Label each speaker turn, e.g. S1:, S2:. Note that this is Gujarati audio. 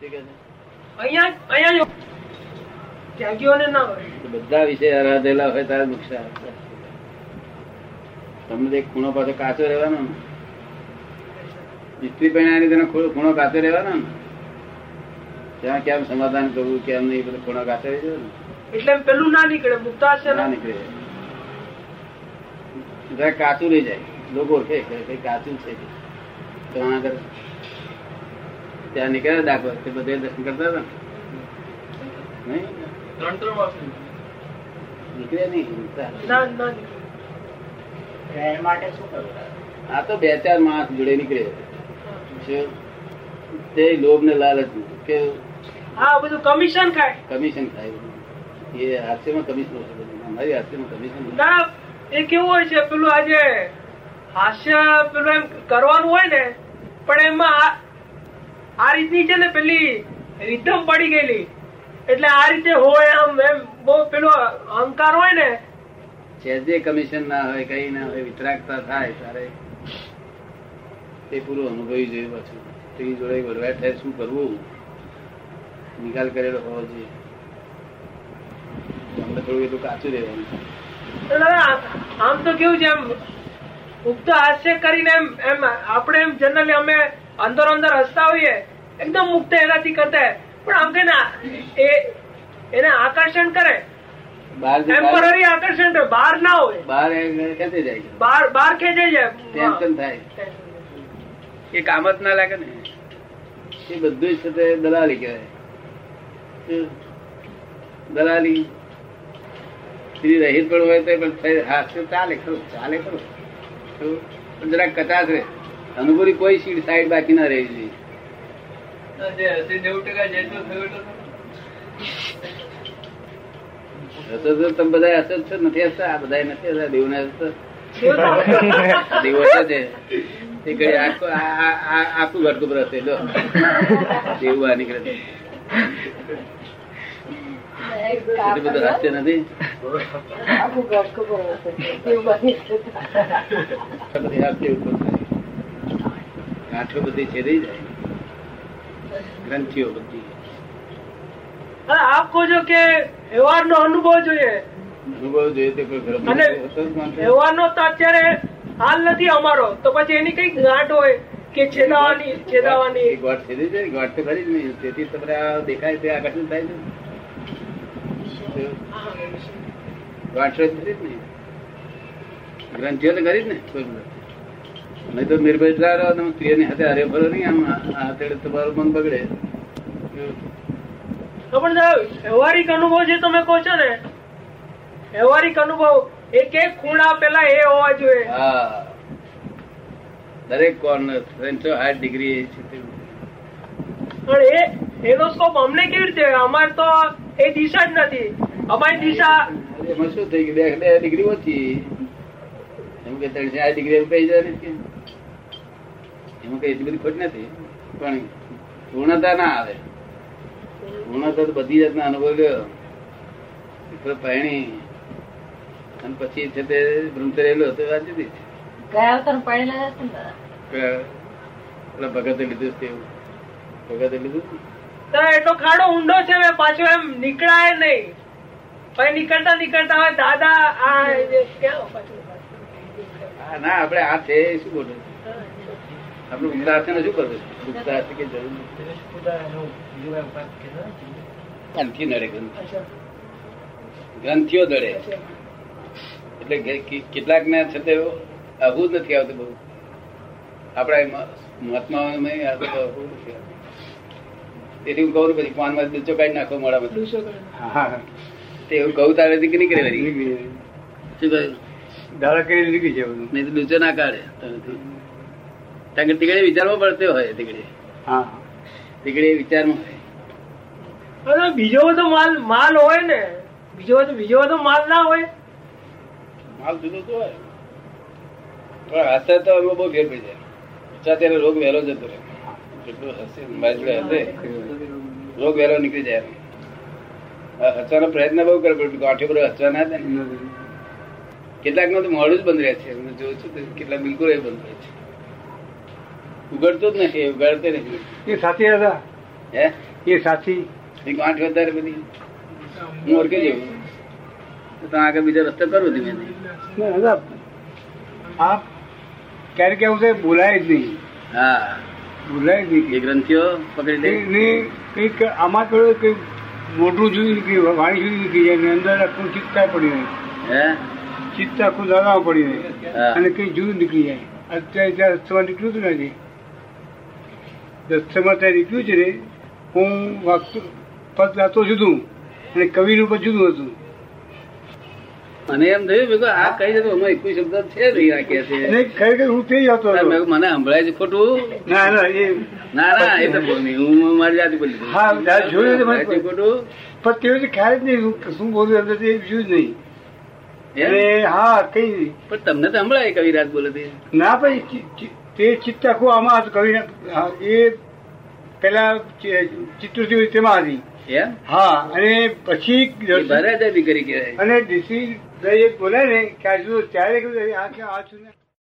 S1: શું કહે છે?
S2: અહીંયા જ- અહીંયા જ ત્યાગીઓને ના હોય
S1: તો બધા વિષય આરાધેલા હોય તારે નુકસાન તમને તો એક ખૂણો પાસે કાચો રહેવાનો ને સ્ત્રી પરિણામી તેનો ખૂણો ખૂણો કાચો રહેવાનો ને ત્યાં કેમ સમાધાન કરવું કેમ નહીં બધો ખૂણો કાચો રહી જાય ને
S2: એટલે પેલું ના નીકળે મુક્તાસન
S1: ના નીકળે જરાક કાચું રહી જાય લોકો ઓળખે કે ભઈ કાચું છે તો આના કરે ત્યાં નીકળે દાખલો તે બધે દર્શન કરતા હતા ને નહીં
S3: ત્રણ ત્રણ વર્ષની.
S1: નીકળે નહીં ચાલે.
S2: ના ના નીકળે
S1: આ તો બે ચાર માણસ જોડે નીકળે છે તે લોભ ને લાલચ નું. કે
S2: હા બધું કમિશન ખાય
S1: કમિશન ખાય બધું. એ હાસ્યમાં કમિશન ઓછું બધું. અમારી હાસ્યમાં કમિશન ઓછું.
S2: ના એ કેવું હોય છે પેલું આજે હાસ્ય પેલું એમ કરવાનું હોય ને પણ એમાં આ- આ રીતની છે ને પેલી રીતમ પડી ગયેલી એટલે આ રીતે હોય આમ એમ બહુ પેલો અહંકાર હોય ને
S1: છે જે કમિશન ના હોય કઈ ના હોય વિતરાગતા થાય તારે તે પૂરું અનુભવી જોઈએ પાછું તે જોડે વડવાટ થાય શું કરવું નિકાલ કરેલો હોવો જોઈએ અમને થોડું એટલું કાચું રહેવાનું
S2: તો દાદા, આમ તો કેવું છે એમ ઉક્ત હાસ્ય કરીને એમ એમ આપણે એમ જનરલી અમે અંદર અંદર હસતા હોઈએ એકદમ મુક્ત એનાથી કરતા હોય. પણ આમ કહીને આ- એ એને આકર્ષણ કરે
S1: બહાર જે-
S2: ટેમ્પરરી આકર્ષણ કરે બહાર ના હોય
S1: બહાર એ ખેંચી જાય છે
S2: બાર બાર ખેંચાઈ જાય
S1: ટેન્શન થાય એ કામ જ ના લાગે ને એ બધું જ છે તે દલાલી કહેવાય શું? દલાલી સ્ત્રી રહીત પણ હોય તો પણ થઈ- હા શું ચાલે ખરું ચાલે ખરું શું? પણ જરાક કચાશ રહે અનુભૂતિ કોઈ સીડ સાઈડ બાકી ના રહેવી જોઈએ
S3: ના, જે હશે નેવું ટકા જેટલું થયું એટલું
S1: હસો તો તમે બધા હસો જ છો નથી હસતા આ બધા નથી હસતા દેવને હસતો દેવો છે તે ઘડી આખું આ- આ- આ- આખું ઘટકું રહેશે લો દેવું આ નીકળે છે. એટલું બધું હાસ્ય નથી બધી આપતી ઉત્પન્ન થાય ગાંઠો બધી છેદાઈ જાય ગ્રંથિઓ બધી
S2: આપકો જો કે વ્યવહારનો અનુભવ જોઈએ
S1: અનુભવ જોઈએ તે કોઈ ગરમ
S2: અને
S1: હતો જ માણસ.
S2: વ્યવહારનો તો અત્યારે હાલ નથી અમારો તો પછી એની કઈ ગાંઠ હોય કે છેદાવાની
S1: એ
S2: છેદાવાની
S1: ગોઠ છેદી જાય ને, ગોઠ તો ખરી જ નહીં તેથી તમને આ દેખાય તે આકર્ષણ થાય છે ગોઠ તો ખરી જ નહીં ગ્રંથિઓ તો ખરી જ ને કોઈ પણ. નહીં તો નિર્ભયતા રહો તમે સ્ત્રીઓની હાથે હારે ફરો નહીં આમ આ- આ હાથે તમારું મન બગડે
S2: તો પણ સાહેબ, વ્યવહારિક અનુભવ જે તમે કહો છો ને વ્યવહારિક અનુભવ એક એક ખૂણા પેલા એ હોવા જોઈએ
S1: હા દરેક કોર્નર ત્રણસો આઠ ડિગ્રી છે તે.
S2: પણ એ એનો સ્કોપ અમને કેવી રીતે અમારે તો એ દિશા જ નથી અમારી દિશા
S1: એમાં શું થઈ ગયું બે બે ડિગ્રી ઓછી એમ કે ત્રણસો આઠ ડિગ્રી એમ કહી જાય ને કે એમાં કઈ એટલી બધી ખોટ નથી પણ પૂર્ણતા ના આવે પૂર્ણતા તો બધી જાતના અનુભવ લ્યો તો પહેણી અને પછી છે તે બ્રહ્મચર્ય તો વાત જુદી છે.
S4: ગયા વખત પડેલા હતા ને દાદા?
S1: પેલા પેલા ભગતે લીધું છે એવું ભગતે લીધું છે?
S2: તારા એટલો ખાડો ઊંડો છે હવે પાછો એમ નીકળાય નહીં પછી નીકળતા નીકળતા હવે દાદા આ જે ક્યાં પાછું?
S1: હા, ના આપણે આ છે એ શું બોલું આપણે ઉદાસને શું કરવું ઉદાસ કે જરૂર નથી. ગ્રંથિ નડે ગ્રંથિ. ગ્રંથિઓ દડે એટલે કે- કે- કેટલાક ને છે તે આવું જ નથી આવતું બહુ આપણા એ મહ- મહાત્માઓને નહીં આવતું તો આઘું નથી આવતું. તેથી હું કહું છું પછી પાનમાં ડૂચો કાઢી નાખો મોડામાં
S2: ડૂસો કરે.
S1: તે એવું કહું તારે કે નીકળે વળી શું કહ્યું
S5: દાડા કરી લીધી છે બધું
S1: નહીં તો ડૂચો ના કાઢે તારેથી. કારણ કે તીકડે વિચારવો પડતો હોય તીકડે
S5: હા
S1: તીકડે વિચારમાં હોય
S2: હવે બીજો બધો માલ માલ હોય ને બીજો બધો બીજો બધો માલ ના હોય
S1: માલ જુદો જ હોય પણ હશે તો એમાં બહુ ફેર પડી જાય ઊંચા ત્યારે રોગ વહેલો જતો રહે જેટલું હશે મારી જોડે હશે રોગ વહેલો નીકળી જાય આ હસવાનો પ્રયત્ન બહુ કરે પણ ગાંઠે પર હસવા ના દે ને કેટલાક તો મોડું જ બંધ રહે છે હું જોઉં છું તો કેટલાક બિલકુલ એ બંધ રહે છે ઉગડતું જ નથી ઉગાડતે નથી
S5: એ સાચી હતા
S1: હે
S5: એ સાચી
S1: એક આઠ વધારે બધી હું ઓળખી જવું તો તમે આગળ બીજો રસ્તો કરો ધીમે ધીમે
S5: ને દાદા, આપ ક્યારેક એવું છે બોલાય જ નહીં
S1: હા
S5: બોલાય જ
S1: એ
S5: નહીં
S1: ગ્રંથિઓ પકડી લે
S5: એની કંઈક આમાં થોડું કંઈક મોટું જોયું નીકળ્યું વાણી જોયું નીકળી જાય અંદર આખું ચિત્તા પડી જાય
S1: હે
S5: ચિત્ત આખું દાદા પડી જાય
S1: હા.
S5: અને કંઈ જુદું નીકળી જાય અત્યારે ત્યાં રસ્તામાં નીકળ્યું હતું ને આજે રસ્તામાં ત્યાં નીકળ્યું છે ને હું વાગતો પદ ગાતો જુદું અને કવિનું પદ જુદું હતું
S1: મને એમ થયું મેં કીધું, આ કઈ જતો એમાં એકવી શબ્દ છે નહીં આ કે છે
S5: અને ખરેખર હું થઈ જતો
S1: મેં કીધું,
S5: હતો
S1: મને સંભળાય છે ખોટું
S5: ના ના એ
S1: ના ના એ તો બોલ નહીં હું મારી જાતે બોલી દઉં.
S5: હા, જાતે જોયું છે મને.
S1: સંભળાય છે ખોટું
S5: પણ તેઓ તો ખ્યાલ જ નહીં હું શું બોલું અંદર એ બીજું જ નહીં
S1: હે?
S5: અને હા કઈ નહીં
S1: પણ તમને તો સંભળાય કવિરાજ બોલે તે
S5: ના ભાઈ ચિ- ચિ- તે ચિત્ત આખું આમાં હતું કવિના હા, એ પેલા ચિત્રથી તેમાં હતી
S1: એમ
S5: હા અને પછી
S1: એ ભરાજાની કરી કહેવાય
S5: અને ડીસી દરેક બોલે ને કે આ જુઓ ત્યારે કીધું આ કે આ છું ને